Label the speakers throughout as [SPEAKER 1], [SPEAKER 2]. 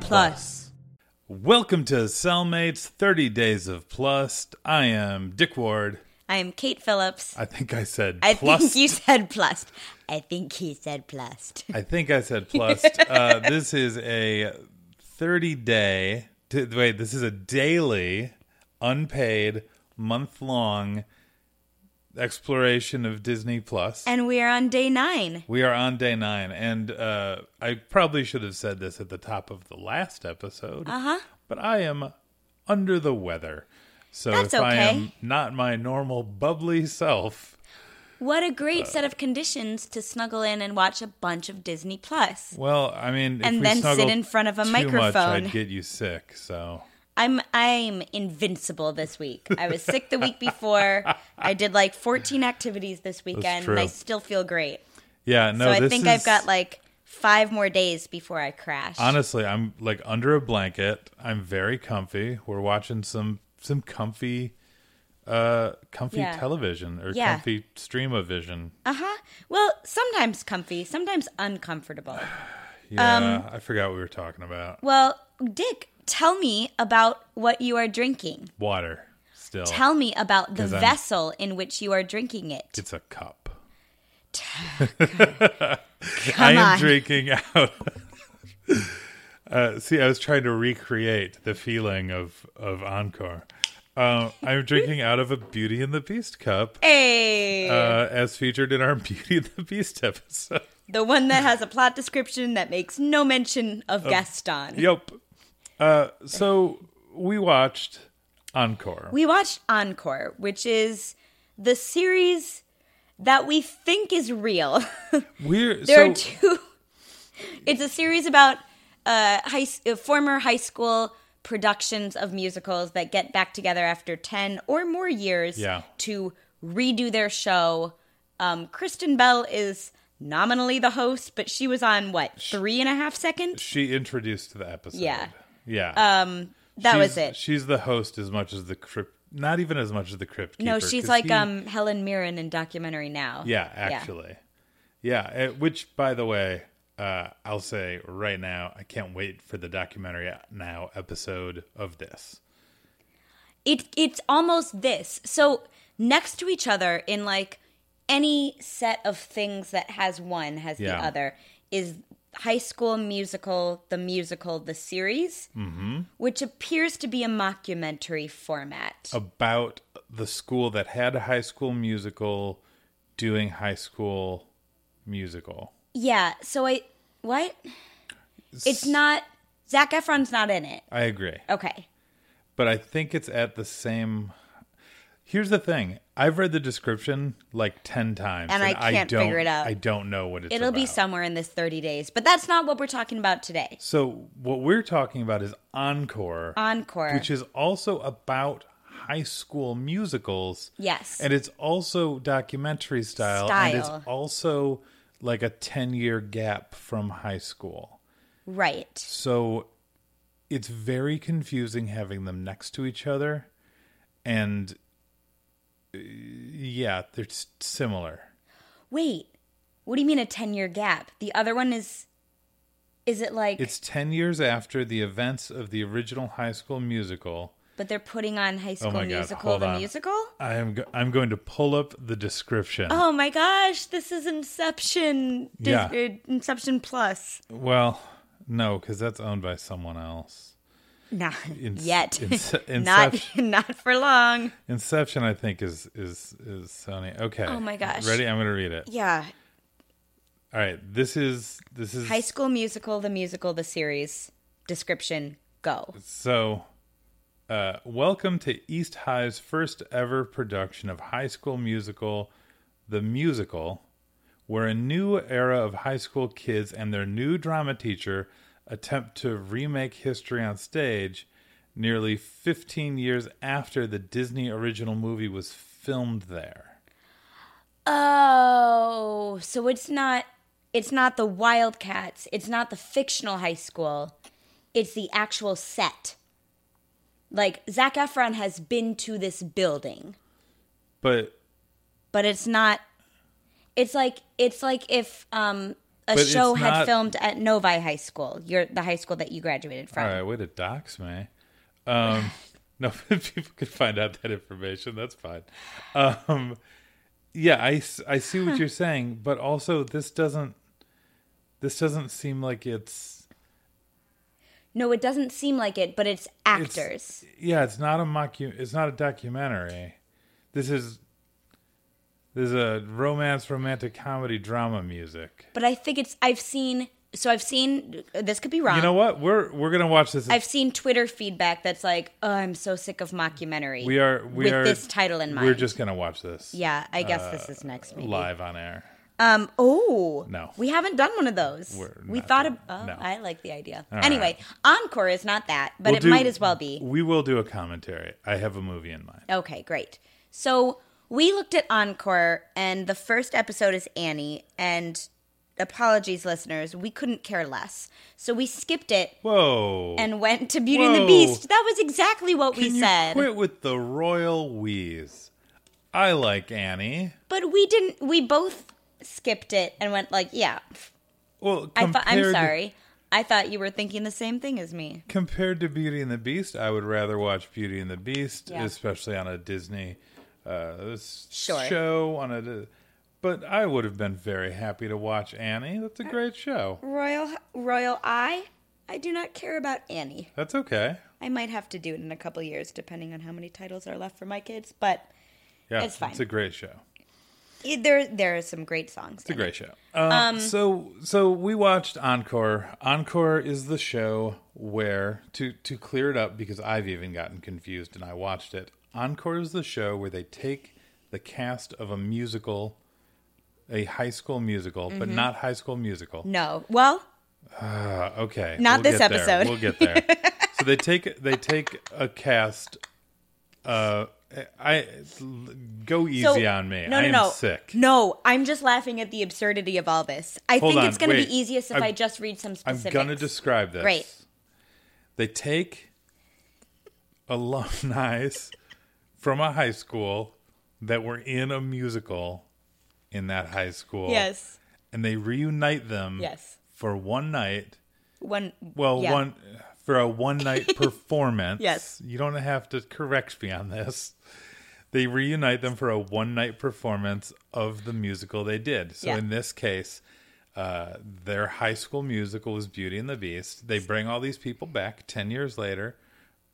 [SPEAKER 1] Plus.
[SPEAKER 2] Welcome to Cellmates 30 Days of Plus. I am Dick Ward.
[SPEAKER 1] I am Kate Phillips.
[SPEAKER 2] I think I said
[SPEAKER 1] I
[SPEAKER 2] plus.
[SPEAKER 1] think you said plus. I think he said plus.
[SPEAKER 2] I think I said plus. uh, this is a 30 day, t- wait, this is a daily, unpaid, month long exploration of Disney Plus.
[SPEAKER 1] And we are on day nine.
[SPEAKER 2] We are on day nine, and uh, I probably should have said this at the top of the last episode. Uh
[SPEAKER 1] Uh-huh.
[SPEAKER 2] huh. But I am under the weather. So
[SPEAKER 1] That's
[SPEAKER 2] if I
[SPEAKER 1] okay.
[SPEAKER 2] am not my normal bubbly self,
[SPEAKER 1] What a great set of conditions to snuggle in and watch a bunch of Disney Plus.
[SPEAKER 2] well, I mean,
[SPEAKER 1] And
[SPEAKER 2] if we
[SPEAKER 1] then sit
[SPEAKER 2] snuggle
[SPEAKER 1] in front of a
[SPEAKER 2] too Much,
[SPEAKER 1] microphone.
[SPEAKER 2] I'd get you sick. So
[SPEAKER 1] I'm I'm invincible this week. I was sick the week before. I did like 14 activities this weekend.
[SPEAKER 2] true.
[SPEAKER 1] I still feel great.
[SPEAKER 2] yeah, no.
[SPEAKER 1] so I
[SPEAKER 2] this
[SPEAKER 1] think
[SPEAKER 2] is,
[SPEAKER 1] I've got like five more days before I crash.
[SPEAKER 2] honestly, I'm like under a blanket. I'm very comfy. We're watching some some comfy, uh, comfy
[SPEAKER 1] Yeah.
[SPEAKER 2] television or
[SPEAKER 1] Yeah.
[SPEAKER 2] comfy stream of vision.
[SPEAKER 1] Uh-huh. well, sometimes comfy, sometimes uncomfortable. Um,
[SPEAKER 2] Yeah, I forgot what we were talking about.
[SPEAKER 1] Well, Dick, tell me about what you are drinking.
[SPEAKER 2] water still
[SPEAKER 1] Tell me about the
[SPEAKER 2] 'Cause I'm-
[SPEAKER 1] vessel in which you are drinking it.
[SPEAKER 2] it's a cup
[SPEAKER 1] Come
[SPEAKER 2] i am
[SPEAKER 1] on.
[SPEAKER 2] drinking out uh, see i was trying to recreate the feeling of of encore um, i'm drinking out of a beauty and the beast cup
[SPEAKER 1] hey,
[SPEAKER 2] uh, as featured in our beauty and the beast episode
[SPEAKER 1] the one that has a plot description that makes no mention of Gaston.
[SPEAKER 2] yep uh, so we watched encore
[SPEAKER 1] We watched Encore, which is the series that we think is real.
[SPEAKER 2] we're
[SPEAKER 1] there
[SPEAKER 2] so
[SPEAKER 1] are two. It's a series about uh, high, s- uh, former high school productions of musicals that get back together after 10 or more years
[SPEAKER 2] Yeah.
[SPEAKER 1] to redo their show. Um, Kristen Bell is nominally the host, but she was on what, three and a half seconds?
[SPEAKER 2] she introduced the episode
[SPEAKER 1] Yeah. Uh,
[SPEAKER 2] yeah
[SPEAKER 1] That was
[SPEAKER 2] She's-
[SPEAKER 1] it.
[SPEAKER 2] She's the host as much as the crypt, not even as much as the crypt keeper.
[SPEAKER 1] no, she's
[SPEAKER 2] 'cause
[SPEAKER 1] like
[SPEAKER 2] he-
[SPEAKER 1] um, Helen Mirren in documentary now.
[SPEAKER 2] yeah, actually, yeah. eh, which, by the way, uh, I'll say right now, I can't wait for the documentary now episode of this.
[SPEAKER 1] it it's almost this so next to each other in like any set of things that has one has
[SPEAKER 2] Yeah.
[SPEAKER 1] the other is high school musical the musical the series mm-hmm. which appears to be a mockumentary format
[SPEAKER 2] Oh. about the school that had a high school musical doing high school musical.
[SPEAKER 1] yeah so i what it's not zach efron's not in it
[SPEAKER 2] I agree.
[SPEAKER 1] okay
[SPEAKER 2] but I think it's at the same. Here's the thing: I've read the description like ten times,
[SPEAKER 1] And I can't
[SPEAKER 2] don't,
[SPEAKER 1] figure it out.
[SPEAKER 2] I don't know what it's.
[SPEAKER 1] it'll be
[SPEAKER 2] about.
[SPEAKER 1] somewhere in this 30 days but that's not what we're talking about today
[SPEAKER 2] So what we're talking about is encore,
[SPEAKER 1] encore
[SPEAKER 2] which is also about high school musicals.
[SPEAKER 1] Yes.
[SPEAKER 2] and it's also documentary style, and
[SPEAKER 1] Style.
[SPEAKER 2] it's also like a ten-year gap from high school.
[SPEAKER 1] right
[SPEAKER 2] So it's very confusing having them next to each other. And uh, yeah, they're s- similar.
[SPEAKER 1] Wait, what do you mean a 10 year gap? The other one is. Is it like.
[SPEAKER 2] It's 10 years after the events of the original high school musical.
[SPEAKER 1] but they're putting on High School
[SPEAKER 2] Oh my God,
[SPEAKER 1] Musical,
[SPEAKER 2] hold
[SPEAKER 1] the
[SPEAKER 2] on.
[SPEAKER 1] musical?
[SPEAKER 2] I am go- I'm going to pull up the description.
[SPEAKER 1] Oh my gosh, this is Inception. Dis-
[SPEAKER 2] Yeah.
[SPEAKER 1] uh, Inception Plus.
[SPEAKER 2] Well, no, because that's owned by someone else.
[SPEAKER 1] Nah,
[SPEAKER 2] Ins-
[SPEAKER 1] yet.
[SPEAKER 2] ins-
[SPEAKER 1] not,
[SPEAKER 2] Inception.
[SPEAKER 1] not for long.
[SPEAKER 2] Inception, I think, is is is Sony. Okay.
[SPEAKER 1] Oh my gosh.
[SPEAKER 2] Ready? I'm going to read it.
[SPEAKER 1] Yeah.
[SPEAKER 2] All right. This is this is
[SPEAKER 1] High School Musical, the musical, the series. Description go.
[SPEAKER 2] So, uh, welcome to East High's first ever production of High School Musical, the musical, where a new era of high school kids and their new drama teacher attempt to remake history on stage nearly 15 years after the Disney original movie was filmed there.
[SPEAKER 1] Oh, so it's not it's not the Wildcats. It's not the fictional high school. It's the actual set. Like Zach Efron has been to this building,
[SPEAKER 2] But
[SPEAKER 1] but it's not it's like it's like if um a
[SPEAKER 2] But
[SPEAKER 1] show
[SPEAKER 2] it's
[SPEAKER 1] had
[SPEAKER 2] not-
[SPEAKER 1] filmed at Novi High School, your the high school that you graduated from.
[SPEAKER 2] All right, way to dox me. Um, no, but people could find out that information. That's fine. Um, yeah, I, s- I see what you're saying, but also this doesn't this doesn't seem like it's
[SPEAKER 1] No, it doesn't seem like it, but it's
[SPEAKER 2] it's-
[SPEAKER 1] actors.
[SPEAKER 2] yeah, it's not a mocu- It's not a documentary. This is this is a romance, romantic comedy, drama music.
[SPEAKER 1] but I think it's I've seen so I've seen this could be wrong.
[SPEAKER 2] You know what? We're we're gonna watch this.
[SPEAKER 1] Uh. I've seen Twitter feedback that's like, "Oh, I'm so sick of mockumentary."
[SPEAKER 2] we are we
[SPEAKER 1] with
[SPEAKER 2] are
[SPEAKER 1] this title in mind.
[SPEAKER 2] We're just gonna watch this.
[SPEAKER 1] yeah. I guess this is next maybe.
[SPEAKER 2] live on air.
[SPEAKER 1] Um. Oh
[SPEAKER 2] No.
[SPEAKER 1] we haven't done one of those.
[SPEAKER 2] We're
[SPEAKER 1] we
[SPEAKER 2] not
[SPEAKER 1] thought
[SPEAKER 2] doing-
[SPEAKER 1] of. Oh,
[SPEAKER 2] no.
[SPEAKER 1] I like the idea.
[SPEAKER 2] right.
[SPEAKER 1] anyway, encore is not that, but
[SPEAKER 2] We'll
[SPEAKER 1] it
[SPEAKER 2] do-
[SPEAKER 1] might as well be.
[SPEAKER 2] We will do a commentary. I have a movie in mind.
[SPEAKER 1] Okay, great. So we looked at Encore, and the first episode is Annie. And apologies, listeners, we couldn't care less, so we skipped it
[SPEAKER 2] Whoa.
[SPEAKER 1] and went to Beauty and the
[SPEAKER 2] Whoa.
[SPEAKER 1] Beast. That was exactly what
[SPEAKER 2] Can
[SPEAKER 1] we
[SPEAKER 2] you
[SPEAKER 1] said.
[SPEAKER 2] quit with the royal wheeze? I like Annie.
[SPEAKER 1] But we didn't. We both skipped it and went like, "Yeah,
[SPEAKER 2] Well,
[SPEAKER 1] I thought. I'm
[SPEAKER 2] compared-
[SPEAKER 1] sorry. I thought you were thinking the same thing as me."
[SPEAKER 2] Compared to Beauty and the Beast, I would rather watch Beauty and the Beast,
[SPEAKER 1] Yeah.
[SPEAKER 2] especially on a Disney uh, s-
[SPEAKER 1] Sure.
[SPEAKER 2] show. On a, di- but I would have been very happy to watch Annie. That's a
[SPEAKER 1] Uh,
[SPEAKER 2] great show.
[SPEAKER 1] Royal, royal eye. I do not care about Annie.
[SPEAKER 2] That's okay.
[SPEAKER 1] I might have to do it in a couple years, depending on how many titles are left for my kids. But
[SPEAKER 2] Yeah,
[SPEAKER 1] It's fine.
[SPEAKER 2] It's a great show.
[SPEAKER 1] it, there, there are some great songs.
[SPEAKER 2] It's a great show. Um, so so we watched Encore. Encore is the show where to to clear it up because I've even gotten confused and I watched it. Encore is the show where they take the cast of a musical, a high school musical,
[SPEAKER 1] Mm-hmm.
[SPEAKER 2] but not high school musical.
[SPEAKER 1] No, well,
[SPEAKER 2] Uh, okay.
[SPEAKER 1] Not this
[SPEAKER 2] get there.
[SPEAKER 1] episode.
[SPEAKER 2] We'll get there. so they take they take a cast. Uh, I go easy
[SPEAKER 1] so-
[SPEAKER 2] on me.
[SPEAKER 1] No,
[SPEAKER 2] I
[SPEAKER 1] no,
[SPEAKER 2] am
[SPEAKER 1] no.
[SPEAKER 2] sick.
[SPEAKER 1] No, I'm just laughing at the absurdity of all this. I
[SPEAKER 2] Hold
[SPEAKER 1] think
[SPEAKER 2] on,
[SPEAKER 1] it's going to
[SPEAKER 2] wait.
[SPEAKER 1] be easiest if
[SPEAKER 2] I'm-
[SPEAKER 1] i just read some
[SPEAKER 2] I'm
[SPEAKER 1] specifics.
[SPEAKER 2] gonna describe this.
[SPEAKER 1] Great.
[SPEAKER 2] They take alumni from a high school that were in a musical in that high school.
[SPEAKER 1] Yes.
[SPEAKER 2] And they reunite them
[SPEAKER 1] Yes.
[SPEAKER 2] for one night.
[SPEAKER 1] One.
[SPEAKER 2] Well,
[SPEAKER 1] yeah.
[SPEAKER 2] one for a one night performance.
[SPEAKER 1] Yes.
[SPEAKER 2] You don't have to correct me on this. They reunite them for a one night performance of the musical they did. So
[SPEAKER 1] Yeah.
[SPEAKER 2] in this case, uh, their high school musical was Beauty and the Beast. They bring all these people back 10 years later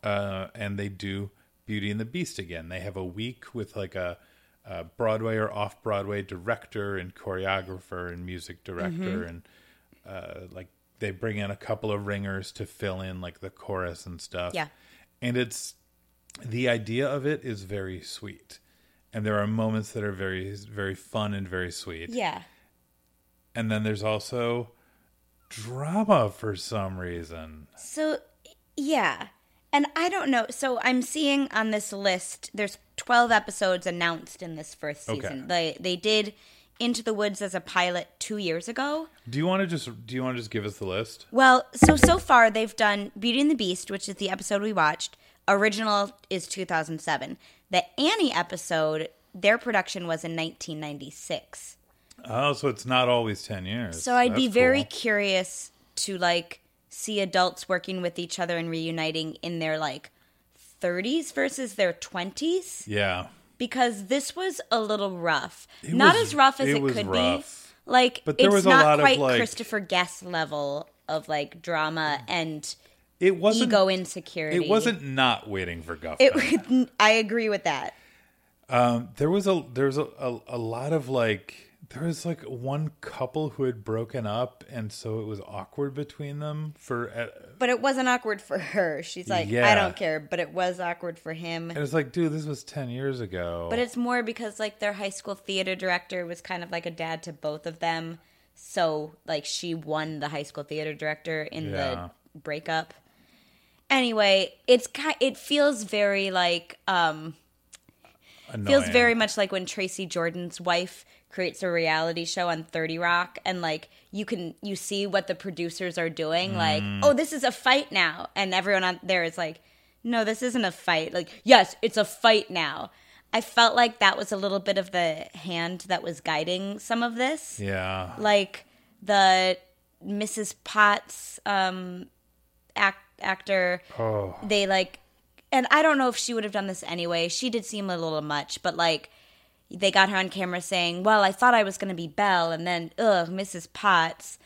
[SPEAKER 2] uh, and they do Beauty and the Beast again. They have a week with like a, a Broadway or off Broadway director and choreographer and music director
[SPEAKER 1] Mm-hmm.
[SPEAKER 2] and uh, like they bring in a couple of ringers to fill in like the chorus and stuff.
[SPEAKER 1] Yeah.
[SPEAKER 2] And it's the idea of it is very sweet. And there are moments that are very very fun and very sweet.
[SPEAKER 1] Yeah.
[SPEAKER 2] And then there's also drama for some reason.
[SPEAKER 1] So, yeah. And I don't know. So I'm seeing on this list, there's 12 episodes announced in this first
[SPEAKER 2] Okay.
[SPEAKER 1] season. They they did Into the Woods as a pilot two years ago.
[SPEAKER 2] Do you want to just do you want to just give us the list?
[SPEAKER 1] Well, so so far they've done Beauty and the Beast, which is the episode we watched. Original is 2007. The Annie episode, their production was in 1996.
[SPEAKER 2] Oh, so it's not always 10 years.
[SPEAKER 1] So I'd be
[SPEAKER 2] That's
[SPEAKER 1] very
[SPEAKER 2] cool.
[SPEAKER 1] curious to like see adults working with each other and reuniting in their like 30s versus their 20s
[SPEAKER 2] Yeah.
[SPEAKER 1] because this was a little rough.
[SPEAKER 2] It
[SPEAKER 1] not
[SPEAKER 2] was-
[SPEAKER 1] as rough as
[SPEAKER 2] it
[SPEAKER 1] it,
[SPEAKER 2] was
[SPEAKER 1] could
[SPEAKER 2] rough.
[SPEAKER 1] be. Like
[SPEAKER 2] But there
[SPEAKER 1] it's
[SPEAKER 2] was a
[SPEAKER 1] not
[SPEAKER 2] lot of,
[SPEAKER 1] quite
[SPEAKER 2] like-
[SPEAKER 1] Christopher Guest level of like drama and
[SPEAKER 2] It wasn't
[SPEAKER 1] ego insecurity.
[SPEAKER 2] it wasn't not waiting for Guffman.
[SPEAKER 1] It would, I agree with that.
[SPEAKER 2] Um, there was a there's a, a a lot of like there was like one couple who had broken up and so it was awkward between them for uh,
[SPEAKER 1] But it wasn't awkward for her. She's like, I
[SPEAKER 2] Yeah.
[SPEAKER 1] don't care. But it was awkward for him.
[SPEAKER 2] and it's like dude this was 10 years ago
[SPEAKER 1] But it's more because like their high school theater director was kind of like a dad to both of them. So like she won the high school theater director in
[SPEAKER 2] Yeah.
[SPEAKER 1] the breakup. Anyway, it's ki it feels very like um
[SPEAKER 2] Annoying.
[SPEAKER 1] feels very much like when Tracy Jordan's wife creates a reality show on 30 Rock and like you can you see what the producers are doing like oh this is a fight now and everyone out there is like no this isn't a fight like yes it's a fight now I felt like that was a little bit of the hand that was guiding some of this
[SPEAKER 2] yeah
[SPEAKER 1] like the Mrs. Potts um, act, actor.
[SPEAKER 2] Oh,
[SPEAKER 1] They like, and I don't know if she would have done this anyway. She did seem a little much, but like, they got her on camera saying, "Well, I thought I was going to be Belle, and then ugh, Mrs. Potts."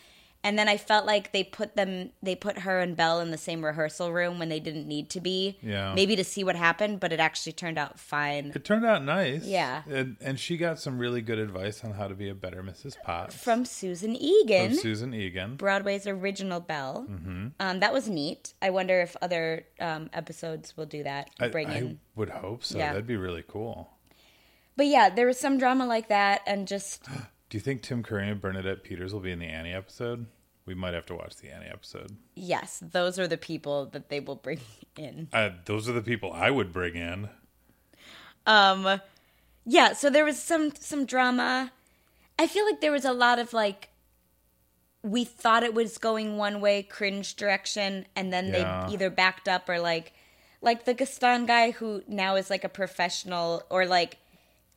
[SPEAKER 1] And then I felt like they put them, they put her and Belle in the same rehearsal room when they didn't need to be.
[SPEAKER 2] Yeah.
[SPEAKER 1] Maybe to see what happened, but it actually turned out fine.
[SPEAKER 2] it turned out nice.
[SPEAKER 1] Yeah.
[SPEAKER 2] and, and she got some really good advice on how to be a better Mrs. Potts
[SPEAKER 1] From Susan
[SPEAKER 2] from
[SPEAKER 1] Egan.
[SPEAKER 2] Susan Egan.
[SPEAKER 1] Broadway's original Belle.
[SPEAKER 2] Mm-hmm.
[SPEAKER 1] Um, that was neat. I wonder if other um, episodes will do that.
[SPEAKER 2] I,
[SPEAKER 1] Bring
[SPEAKER 2] I
[SPEAKER 1] in,
[SPEAKER 2] would hope so.
[SPEAKER 1] Yeah.
[SPEAKER 2] That'd be really cool.
[SPEAKER 1] but yeah, there was some drama like that, and just
[SPEAKER 2] Do you think Tim Curry and Bernadette Peters will be in the Annie episode? We might have to watch the Annie episode.
[SPEAKER 1] yes, those are the people that they will bring in.
[SPEAKER 2] Uh, those are the people I would bring in.
[SPEAKER 1] Um, yeah, so there was some some drama. I feel like there was a lot of like we thought it was going one way cringe direction and then
[SPEAKER 2] Yeah.
[SPEAKER 1] they either backed up or like like the Gaston guy who now is like a professional or like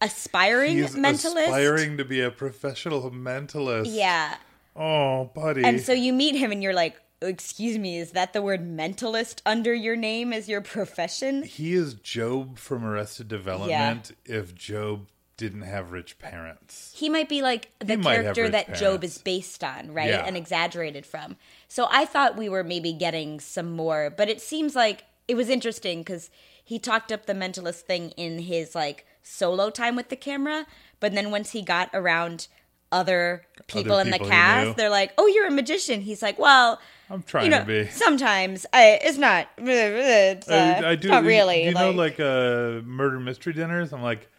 [SPEAKER 1] aspiring
[SPEAKER 2] He's
[SPEAKER 1] mentalist.
[SPEAKER 2] aspiring to be a professional mentalist.
[SPEAKER 1] Yeah.
[SPEAKER 2] Oh, buddy.
[SPEAKER 1] And so you meet him and you're like, "Excuse me, is that the word mentalist under your name as your profession?"
[SPEAKER 2] he is Job from Arrested Development. If Job didn't have rich parents,
[SPEAKER 1] he might be like the
[SPEAKER 2] might have
[SPEAKER 1] character
[SPEAKER 2] rich
[SPEAKER 1] that Job
[SPEAKER 2] parents.
[SPEAKER 1] is based on, right?
[SPEAKER 2] Yeah.
[SPEAKER 1] And exaggerated from. So I thought we were maybe getting some more, but it seems like it was interesting because he talked up the mentalist thing in his like solo time with the camera, but then once he got around other people in the
[SPEAKER 2] people he knew.
[SPEAKER 1] cast, they're like, "Oh, you're a magician." He's like, "Well."
[SPEAKER 2] I'm trying
[SPEAKER 1] You know,
[SPEAKER 2] to be.
[SPEAKER 1] sometimes I, it's not. It's, uh,
[SPEAKER 2] I, I do.
[SPEAKER 1] not
[SPEAKER 2] you-
[SPEAKER 1] really.
[SPEAKER 2] You, know, like uh, murder mystery dinners. I'm like,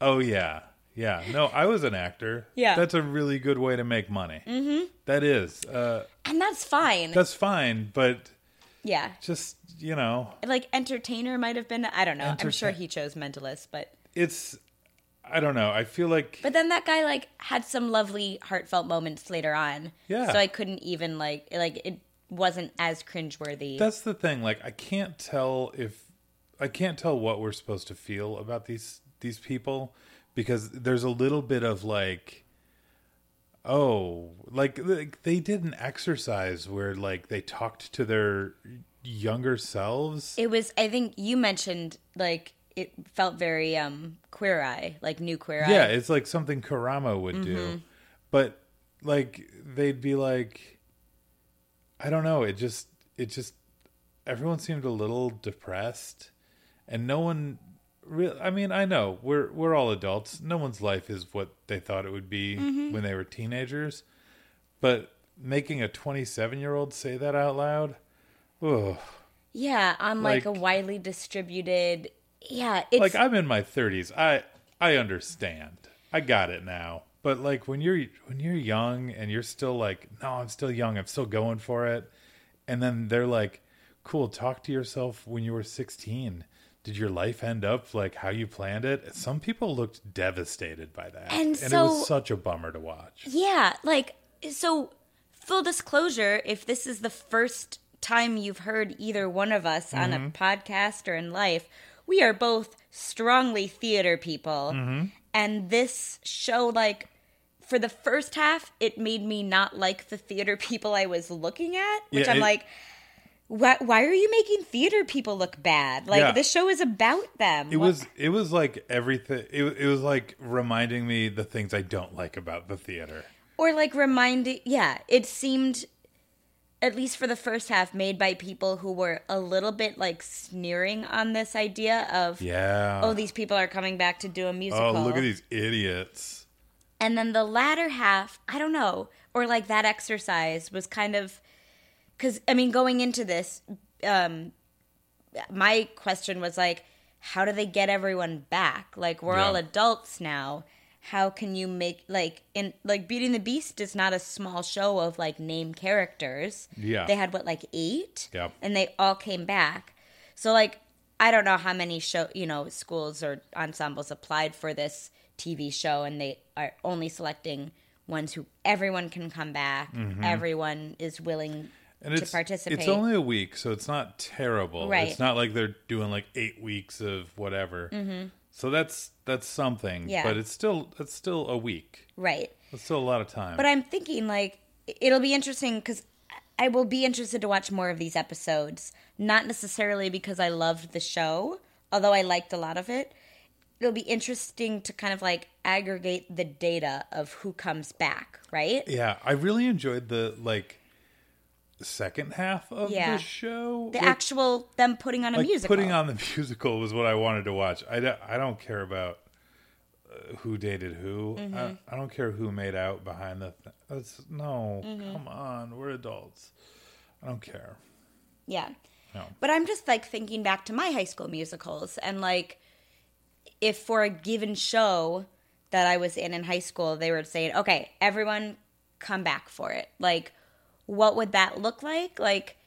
[SPEAKER 2] oh yeah, yeah. No, I was an actor.
[SPEAKER 1] Yeah.
[SPEAKER 2] that's a really good way to make money. Mm-hmm. is. Uh,
[SPEAKER 1] and that's fine.
[SPEAKER 2] that's fine, but
[SPEAKER 1] yeah,
[SPEAKER 2] just you know,
[SPEAKER 1] like entertainer might have been i don't know i'm
[SPEAKER 2] Entertain-
[SPEAKER 1] sure he chose mentalist but
[SPEAKER 2] it's. I don't know. I feel like
[SPEAKER 1] but then that guy like had some lovely heartfelt moments later on
[SPEAKER 2] Yeah.
[SPEAKER 1] so i couldn't even like like it wasn't as cringeworthy
[SPEAKER 2] That's the thing. Like, I can't tell if I can't tell what we're supposed to feel about these these people because there's a little bit of like, oh, like, like they did an exercise where like they talked to their younger selves.
[SPEAKER 1] it was i think you mentioned like it felt very um queer eye like new queer eye
[SPEAKER 2] yeah, it's like something Karama would do, but like they'd be like, I don't know. It just it just everyone seemed a little depressed, and no one. Real, I mean, I know we're we're all adults. No one's life is what they thought it would be when they were teenagers, but making a 27 year old say that out loud, ugh.
[SPEAKER 1] yeah on like,
[SPEAKER 2] Like-
[SPEAKER 1] a widely distributed yeah it's
[SPEAKER 2] like I'm in my 30s. I I understand. I got it now. But like when you're when you're young and you're still like, no, I'm still young. I'm still going for it. And then they're like, cool, talk to yourself when you were 16. Did your life end up like how you planned it? Some people looked devastated by that.
[SPEAKER 1] And
[SPEAKER 2] it
[SPEAKER 1] so-
[SPEAKER 2] was such a bummer to watch.
[SPEAKER 1] Yeah, like so full disclosure, if this is the first time you've heard either one of us on
[SPEAKER 2] Mm-hmm.
[SPEAKER 1] a podcast or in life, we are both strongly theater people.
[SPEAKER 2] Mm-hmm.
[SPEAKER 1] And this show like for the first half, it made me not like the theater people I was looking at, which
[SPEAKER 2] Yeah,
[SPEAKER 1] I'm
[SPEAKER 2] it-
[SPEAKER 1] like why, why are you making theater people look bad? Like
[SPEAKER 2] Yeah.
[SPEAKER 1] this show is about them.
[SPEAKER 2] It was it was like everything it, it was like reminding me the things I don't like about the theater.
[SPEAKER 1] or like reminding yeah it seemed at least for the first half made by people who were a little bit like sneering on this idea of
[SPEAKER 2] Yeah.
[SPEAKER 1] oh these people are coming back to do a musical
[SPEAKER 2] oh look at these idiots.
[SPEAKER 1] and then the latter half i don't know or like that exercise was kind of because i mean going into this um my question was like how do they get everyone back like we're all
[SPEAKER 2] Yeah.
[SPEAKER 1] adults now how can you make like in like beauty and the beast is not a small show of like name characters
[SPEAKER 2] Yeah.
[SPEAKER 1] they had what like eight
[SPEAKER 2] Yeah.
[SPEAKER 1] and they all came back so like I don't know how many show you know schools or ensembles applied for this TV show, and they are only selecting ones who everyone can come back. Everyone is willing
[SPEAKER 2] Mm-hmm. and
[SPEAKER 1] to
[SPEAKER 2] it's,
[SPEAKER 1] participate.
[SPEAKER 2] It's only a week, so it's not terrible.
[SPEAKER 1] Right.
[SPEAKER 2] It's not like they're doing like eight weeks of whatever. So that's that's something.
[SPEAKER 1] Mm-hmm. Yeah.
[SPEAKER 2] But it's still it's still a week.
[SPEAKER 1] right.
[SPEAKER 2] That's still a lot of time.
[SPEAKER 1] But I'm thinking like it'll be interesting because I will be interested to watch more of these episodes. Not necessarily because I loved the show, although I liked a lot of it. It'll be interesting to kind of like aggregate the data of who comes back, right?
[SPEAKER 2] yeah, I really enjoyed the like second half of
[SPEAKER 1] Yeah.
[SPEAKER 2] the show.
[SPEAKER 1] The
[SPEAKER 2] Like,
[SPEAKER 1] actual them putting on a
[SPEAKER 2] like
[SPEAKER 1] musical.
[SPEAKER 2] putting on the musical was what I wanted to watch. I don't, I don't care about uh, who dated who.
[SPEAKER 1] Mm-hmm.
[SPEAKER 2] I, I don't care who made out behind the. Th- that's no,
[SPEAKER 1] Mm-hmm.
[SPEAKER 2] come on, we're adults. I don't care.
[SPEAKER 1] Yeah.
[SPEAKER 2] No.
[SPEAKER 1] But I'm just like thinking back to my high school musicals and like if for a given show that I was in in high school, they were saying, okay, everyone come back for it. Like, what would that look like? Like,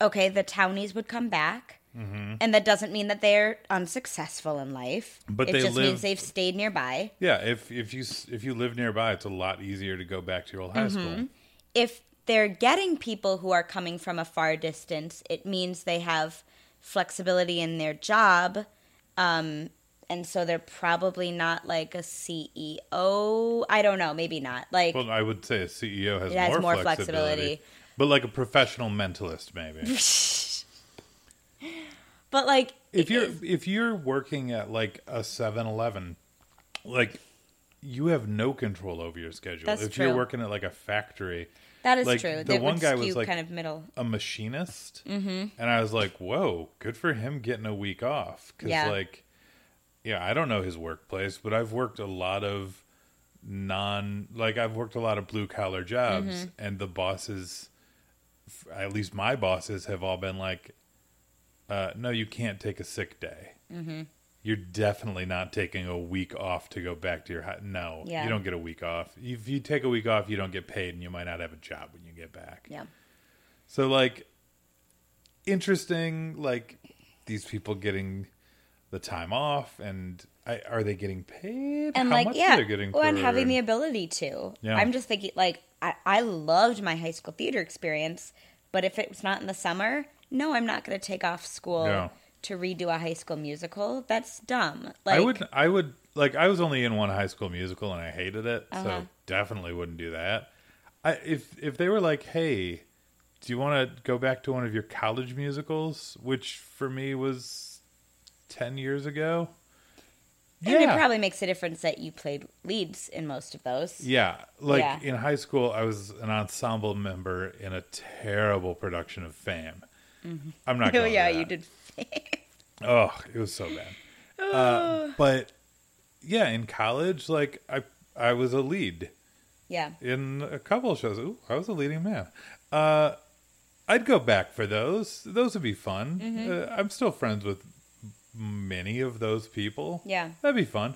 [SPEAKER 1] okay, the townies would come back.
[SPEAKER 2] Mm-hmm.
[SPEAKER 1] And that doesn't mean that they're unsuccessful in life.
[SPEAKER 2] But
[SPEAKER 1] it
[SPEAKER 2] they
[SPEAKER 1] just
[SPEAKER 2] live-
[SPEAKER 1] means they've stayed nearby.
[SPEAKER 2] Yeah, if if you s- if you live nearby, it's a lot easier to go back to your old high
[SPEAKER 1] Mm-hmm.
[SPEAKER 2] school.
[SPEAKER 1] if they're getting people who are coming from a far distance, it means they have flexibility in their job. Um, and so they're probably not like a CEO. I don't know, maybe not. Like,
[SPEAKER 2] Well, I would say a CEO has,
[SPEAKER 1] It has
[SPEAKER 2] more,
[SPEAKER 1] more
[SPEAKER 2] flexibility,
[SPEAKER 1] flexibility.
[SPEAKER 2] but like a professional mentalist, maybe.
[SPEAKER 1] but like,
[SPEAKER 2] if you're if you're working at like a 7-Eleven, like you have no control over your schedule.
[SPEAKER 1] That's
[SPEAKER 2] if
[SPEAKER 1] true.
[SPEAKER 2] you're working at like a factory,
[SPEAKER 1] that is
[SPEAKER 2] like,
[SPEAKER 1] true.
[SPEAKER 2] the
[SPEAKER 1] That
[SPEAKER 2] one
[SPEAKER 1] would
[SPEAKER 2] guy
[SPEAKER 1] skew
[SPEAKER 2] was, like-
[SPEAKER 1] kind of middle.
[SPEAKER 2] a machinist,
[SPEAKER 1] Mm-hmm.
[SPEAKER 2] and I was like, "Whoa, good for him getting a week off." Because
[SPEAKER 1] Yeah.
[SPEAKER 2] like, yeah, I don't know his workplace, but I've worked a lot of non like I've worked a lot of blue collar jobs,
[SPEAKER 1] Mm-hmm.
[SPEAKER 2] and the bosses, f- at least my bosses, have all been like, uh, "No, you can't take a sick day."
[SPEAKER 1] Mm-hmm.
[SPEAKER 2] You're definitely not taking a week off to go back to your hou- no.
[SPEAKER 1] Yeah.
[SPEAKER 2] You don't get a week off. If you take a week off, you don't get paid, and you might not have a job when you get back.
[SPEAKER 1] Yeah.
[SPEAKER 2] So like interesting like these people getting the time off and I, are they getting paid?
[SPEAKER 1] And
[SPEAKER 2] How
[SPEAKER 1] like,
[SPEAKER 2] much
[SPEAKER 1] yeah.
[SPEAKER 2] they're getting
[SPEAKER 1] Well, and
[SPEAKER 2] for-
[SPEAKER 1] having the ability to.
[SPEAKER 2] Yeah.
[SPEAKER 1] I'm just thinking, like, I, I loved my high school theater experience, but if it was not in the summer, no, I'm not going to take off school.
[SPEAKER 2] No.
[SPEAKER 1] To redo a high school musical, that's dumb. Like,
[SPEAKER 2] I would I would like I was only in one high school musical and I hated it,
[SPEAKER 1] Uh-huh.
[SPEAKER 2] so definitely wouldn't do that. I if if they were like, "Hey, do you want to go back to one of your college musicals?" which for me was 10 years ago.
[SPEAKER 1] And it probably makes a difference that you played leads in most of those.
[SPEAKER 2] Yeah, like
[SPEAKER 1] Yeah.
[SPEAKER 2] in high school, I was an ensemble member in a terrible production of Fame. I'm not.
[SPEAKER 1] Oh
[SPEAKER 2] Going
[SPEAKER 1] yeah,
[SPEAKER 2] to
[SPEAKER 1] you
[SPEAKER 2] that.
[SPEAKER 1] did.
[SPEAKER 2] Oh, it was so bad. uh, but yeah, in college, like I, I was a lead
[SPEAKER 1] Yeah,
[SPEAKER 2] in a couple of shows. Ooh, I was a leading man. Uh, I'd go back for those. Those would be fun.
[SPEAKER 1] Mm-hmm.
[SPEAKER 2] Uh, I'm still friends with many of those people.
[SPEAKER 1] Yeah.
[SPEAKER 2] that'd be fun.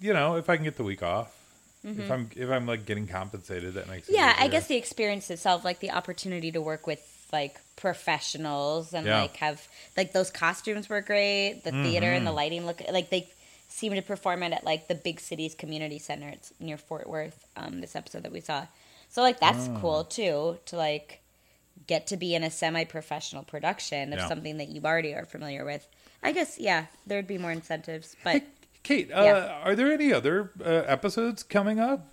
[SPEAKER 2] You know, if I can get the week off, if I'm if I'm like getting compensated, that makes it
[SPEAKER 1] Mm-hmm. yeah. I
[SPEAKER 2] easier.
[SPEAKER 1] guess the experience itself, like the opportunity to work with like professionals and
[SPEAKER 2] Yeah.
[SPEAKER 1] like have like those costumes were great. The theater and the
[SPEAKER 2] Mm-hmm.
[SPEAKER 1] lighting look like they seem to perform it at like the big cities community center. It's near Fort Worth. Um, this episode that we saw, so like that's
[SPEAKER 2] Mm.
[SPEAKER 1] cool too to like get to be in a semi-professional production of
[SPEAKER 2] Yeah.
[SPEAKER 1] something that you already are familiar with. I guess yeah, there'd be more incentives, but.
[SPEAKER 2] Kate, uh,
[SPEAKER 1] Yeah.
[SPEAKER 2] are there any other uh, episodes coming up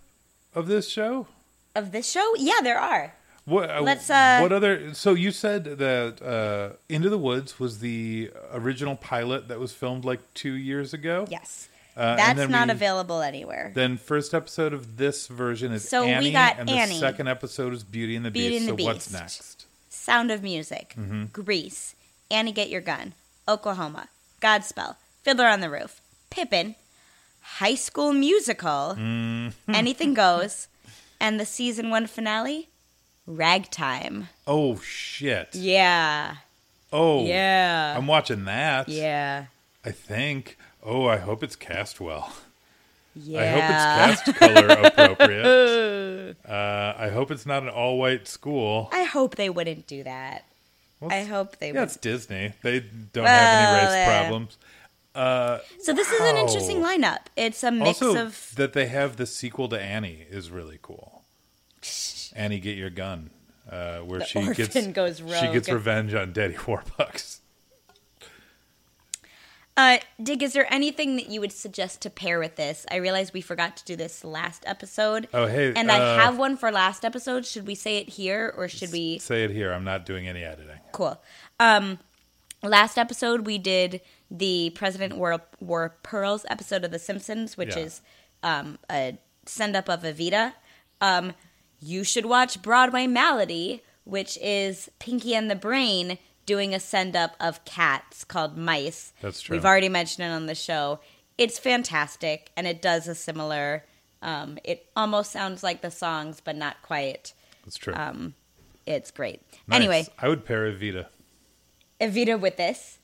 [SPEAKER 2] of this show?
[SPEAKER 1] Of this show? Yeah, there are.
[SPEAKER 2] What, uh,
[SPEAKER 1] Let's, uh,
[SPEAKER 2] what other? So you said that uh, Into the Woods was the original pilot that was filmed like two years ago.
[SPEAKER 1] Yes.
[SPEAKER 2] Uh, and
[SPEAKER 1] That's
[SPEAKER 2] then
[SPEAKER 1] not
[SPEAKER 2] we-
[SPEAKER 1] available anywhere.
[SPEAKER 2] Then first episode of this version is
[SPEAKER 1] So we
[SPEAKER 2] Annie,
[SPEAKER 1] got
[SPEAKER 2] and
[SPEAKER 1] Annie.
[SPEAKER 2] the second episode is Beauty and the
[SPEAKER 1] Beauty
[SPEAKER 2] Beast.
[SPEAKER 1] and the
[SPEAKER 2] so what's
[SPEAKER 1] Beast.
[SPEAKER 2] next?
[SPEAKER 1] Sound of Music,
[SPEAKER 2] Mm-hmm.
[SPEAKER 1] Grease, Annie Get Your Gun, Oklahoma, Godspell, Fiddler on the Roof, Pippin, High School Musical,
[SPEAKER 2] Mm-hmm.
[SPEAKER 1] Anything Goes, and the season one finale, Ragtime.
[SPEAKER 2] Oh shit!
[SPEAKER 1] Yeah.
[SPEAKER 2] Oh
[SPEAKER 1] Yeah.
[SPEAKER 2] I'm watching that.
[SPEAKER 1] yeah.
[SPEAKER 2] I think. Oh, I hope it's cast well.
[SPEAKER 1] Yeah.
[SPEAKER 2] I hope it's cast color appropriate. Uh, I hope it's not an all white school.
[SPEAKER 1] I hope they wouldn't do that.
[SPEAKER 2] Well,
[SPEAKER 1] I hope they
[SPEAKER 2] Yeah,
[SPEAKER 1] would.
[SPEAKER 2] it's Disney. They don't
[SPEAKER 1] Well, uh,
[SPEAKER 2] have any race
[SPEAKER 1] yeah.
[SPEAKER 2] problems.
[SPEAKER 1] So this is an interesting
[SPEAKER 2] Wow.
[SPEAKER 1] lineup. It's a mix
[SPEAKER 2] also,
[SPEAKER 1] of
[SPEAKER 2] that they have the sequel to Annie is really cool. Annie, get your gun, uh, where
[SPEAKER 1] The
[SPEAKER 2] she gets
[SPEAKER 1] orphan goes
[SPEAKER 2] she gets
[SPEAKER 1] rogue.
[SPEAKER 2] revenge on Daddy Warbucks.
[SPEAKER 1] Uh, Dig, is there anything that you would suggest to pair with this? I realize we forgot to do this last episode.
[SPEAKER 2] Oh, hey,
[SPEAKER 1] And
[SPEAKER 2] uh,
[SPEAKER 1] I have one for last episode. Should we say it here or should we?
[SPEAKER 2] Say it here. I'm not doing any editing.
[SPEAKER 1] Cool. Um, last episode we did the President wore wore pearls episode of The Simpsons, which
[SPEAKER 2] Yeah.
[SPEAKER 1] is um, a send up of Evita. Um, you should watch Broadway Malady, which is Pinky and the Brain doing a send up of cats called mice.
[SPEAKER 2] That's true.
[SPEAKER 1] We've already mentioned it on the show. It's fantastic, and it does a similar. Um, it almost sounds like the songs, but not quite.
[SPEAKER 2] That's true.
[SPEAKER 1] It's great.
[SPEAKER 2] Nice.
[SPEAKER 1] Um, Anyway,
[SPEAKER 2] I would pair Evita.
[SPEAKER 1] Evita with this?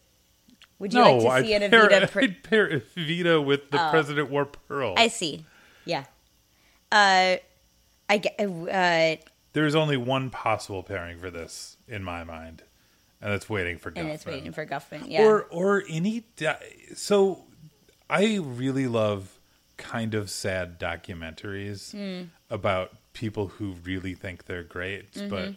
[SPEAKER 1] Would you
[SPEAKER 2] no,
[SPEAKER 1] like
[SPEAKER 2] I'd,
[SPEAKER 1] to see an
[SPEAKER 2] pair,
[SPEAKER 1] Evita? Pr- Oh.
[SPEAKER 2] I'd pair Evita with the President War Pearl.
[SPEAKER 1] I see. Yeah. Uh, I ge- uh,
[SPEAKER 2] There's only one possible pairing for this in my mind, and that's waiting for
[SPEAKER 1] and
[SPEAKER 2] Guffman.
[SPEAKER 1] it's waiting for Guffman. Yeah.
[SPEAKER 2] Or or any di- so I really love kind of sad documentaries
[SPEAKER 1] Hmm.
[SPEAKER 2] about people who really think they're great
[SPEAKER 1] Mm-hmm.
[SPEAKER 2] but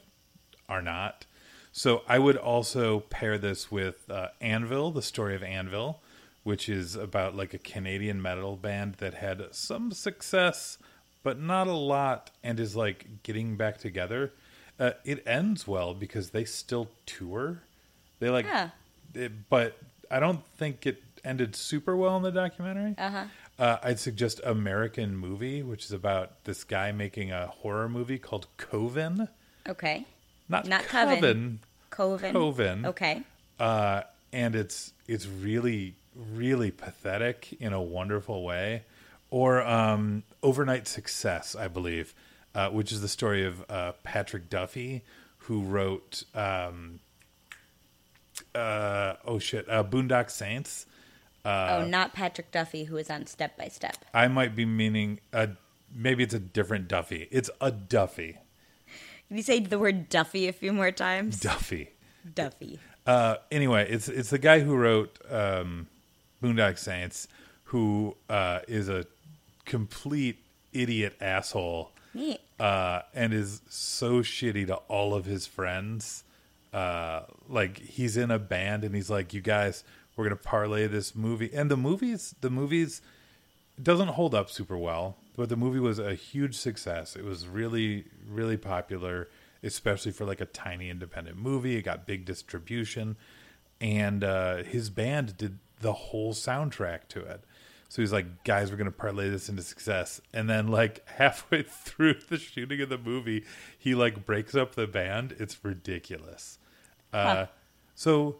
[SPEAKER 2] are not. So I would also pair this with uh, Anvil, the story of Anvil, which is about like a Canadian metal band that had some success but not a lot and is like getting back together. Uh, it ends well because they still tour. They like
[SPEAKER 1] Yeah.
[SPEAKER 2] it, but I don't think it ended super well in the documentary. Uh-huh. I'd suggest American Movie, which is about this guy making a horror movie called Coven,
[SPEAKER 1] okay.
[SPEAKER 2] not,
[SPEAKER 1] Not Coven.
[SPEAKER 2] Coven,
[SPEAKER 1] Coven.
[SPEAKER 2] Coven.
[SPEAKER 1] Okay.
[SPEAKER 2] Uh, and it's it's really really pathetic in a wonderful way. Or um, Overnight Success, I believe, uh, which is the story of uh, Patrick Duffy, who wrote um, uh, oh shit, uh, Boondock Saints.
[SPEAKER 1] oh, not Patrick Duffy, who is on Step by Step.
[SPEAKER 2] I might be meaning a maybe it's a different Duffy. It's a Duffy.
[SPEAKER 1] You say the word Duffy a few more times.
[SPEAKER 2] Duffy.
[SPEAKER 1] Duffy.
[SPEAKER 2] Uh, anyway, it's it's the guy who wrote um, Boondock Saints, who uh, is a complete idiot asshole,
[SPEAKER 1] Neat.
[SPEAKER 2] uh, and is so shitty to all of his friends. Uh, like he's in a band, and he's like, "You guys, we're gonna parlay this movie." And the movies, the movies doesn't hold up super well, but the movie was a huge success. It was really, really popular, especially for like a tiny independent movie. It got big distribution, and uh, his band did the whole soundtrack to it. So he's like, guys, we're gonna parlay this into success. And then like halfway through the shooting of the movie, he like breaks up the band. It's ridiculous. Uh, So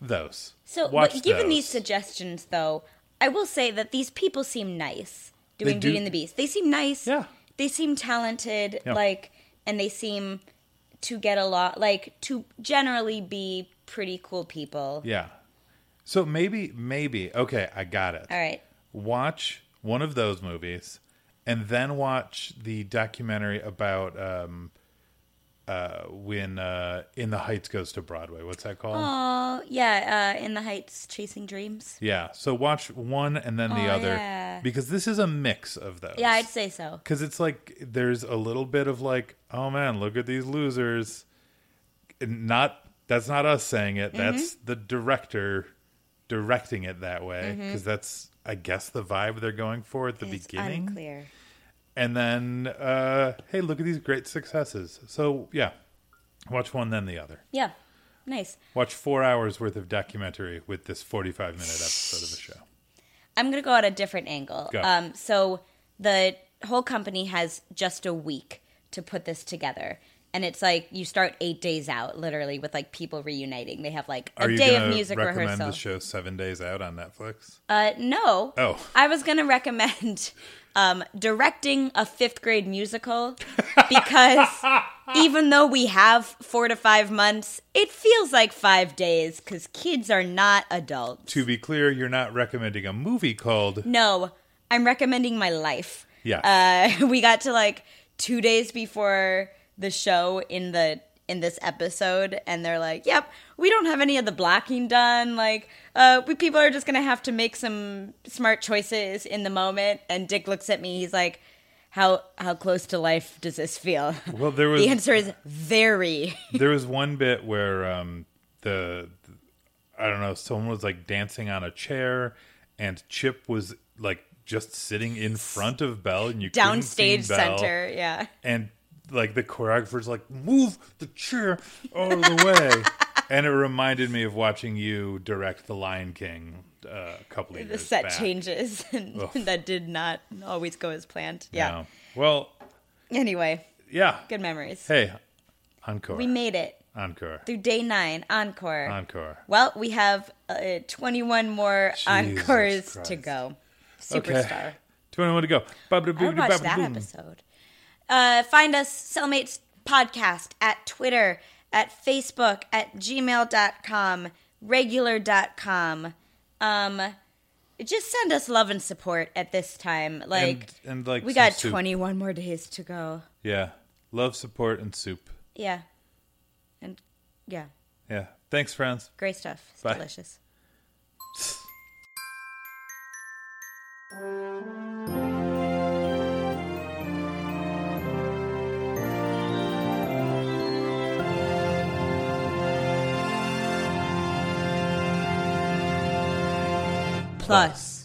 [SPEAKER 2] those.
[SPEAKER 1] So,
[SPEAKER 2] Watch
[SPEAKER 1] but given
[SPEAKER 2] those.
[SPEAKER 1] these suggestions, though, I will say that these people seem nice doing
[SPEAKER 2] do-
[SPEAKER 1] Beauty and the Beast. They seem nice.
[SPEAKER 2] Yeah.
[SPEAKER 1] They seem talented.
[SPEAKER 2] Yeah.
[SPEAKER 1] Like, and they seem to get a lot, like, to generally be pretty cool people.
[SPEAKER 2] Yeah. So maybe, maybe, okay, I got it.
[SPEAKER 1] All right.
[SPEAKER 2] Watch one of those movies and then watch the documentary about um, uh, when uh, In the Heights goes to Broadway. What's that called?
[SPEAKER 1] Oh, yeah. Uh, In the Heights, Chasing Dreams.
[SPEAKER 2] Yeah. So watch one and then the
[SPEAKER 1] Oh,
[SPEAKER 2] other
[SPEAKER 1] yeah.
[SPEAKER 2] because this is a mix of those.
[SPEAKER 1] Yeah, I'd say so.
[SPEAKER 2] because it's like there's a little bit of like oh man look at these losers And not that's not us saying it that's
[SPEAKER 1] Mm-hmm.
[SPEAKER 2] the director directing it that way
[SPEAKER 1] Mm-hmm.
[SPEAKER 2] because that's i guess the vibe they're going for at the beginning
[SPEAKER 1] unclear.
[SPEAKER 2] and then uh hey look at these great successes so yeah watch one then the other
[SPEAKER 1] Yeah. Nice.
[SPEAKER 2] watch four hours worth of documentary with this 45 minute episode of the show
[SPEAKER 1] I'm gonna go at a different angle.
[SPEAKER 2] Go.
[SPEAKER 1] Um, so the whole company has just a week to put this together, and it's like you start eight days out, literally, with like people reuniting. They have like a
[SPEAKER 2] are you
[SPEAKER 1] day
[SPEAKER 2] gonna
[SPEAKER 1] of music
[SPEAKER 2] recommend
[SPEAKER 1] rehearsal.
[SPEAKER 2] the show seven days out on netflix
[SPEAKER 1] Uh, no.
[SPEAKER 2] Oh.
[SPEAKER 1] I was gonna recommend um, directing a fifth grade musical because even though we have four to five months, it feels like five days because kids are not adults.
[SPEAKER 2] to be clear you're not recommending a movie called
[SPEAKER 1] No, I'm recommending my life.
[SPEAKER 2] Yeah.
[SPEAKER 1] Uh, we got to like two days before the show in the in this episode, and they're like, "Yep, we don't have any of the blocking done. Like, uh, we people are just gonna have to make some smart choices in the moment." And Dick looks at me. He's like, "How how close to life does this feel?"
[SPEAKER 2] Well, there was
[SPEAKER 1] the answer is very.
[SPEAKER 2] there was one bit where um, the I don't know, someone was like dancing on a chair and Chip was like just sitting in front of Belle and you couldn't see
[SPEAKER 1] Downstage
[SPEAKER 2] Belle.
[SPEAKER 1] center, yeah.
[SPEAKER 2] and like the choreographer's like move the chair out of the way and it reminded me of watching you direct the lion king uh, a couple of
[SPEAKER 1] The
[SPEAKER 2] years
[SPEAKER 1] set
[SPEAKER 2] back.
[SPEAKER 1] changes and that did not always go as planned. Yeah.
[SPEAKER 2] No. well
[SPEAKER 1] Anyway,
[SPEAKER 2] yeah
[SPEAKER 1] good memories.
[SPEAKER 2] hey encore
[SPEAKER 1] We made it
[SPEAKER 2] encore
[SPEAKER 1] through day nine, encore.
[SPEAKER 2] encore
[SPEAKER 1] Well, we have uh, 21 more
[SPEAKER 2] Jesus
[SPEAKER 1] encores to
[SPEAKER 2] Christ.
[SPEAKER 1] go. Superstar.
[SPEAKER 2] okay 21 to go
[SPEAKER 1] I would watch that episode. Uh, find us, Cellmates Podcast, at Twitter, at Facebook, at gmail.com, regular.com. Um, just send us love and support at this time. Like,
[SPEAKER 2] and, and like
[SPEAKER 1] we
[SPEAKER 2] some
[SPEAKER 1] got
[SPEAKER 2] soup.
[SPEAKER 1] 21 more days to go.
[SPEAKER 2] yeah love support and soup
[SPEAKER 1] Yeah. And yeah,
[SPEAKER 2] yeah thanks friends
[SPEAKER 1] great stuff. It's
[SPEAKER 2] Bye.
[SPEAKER 1] delicious. Plus.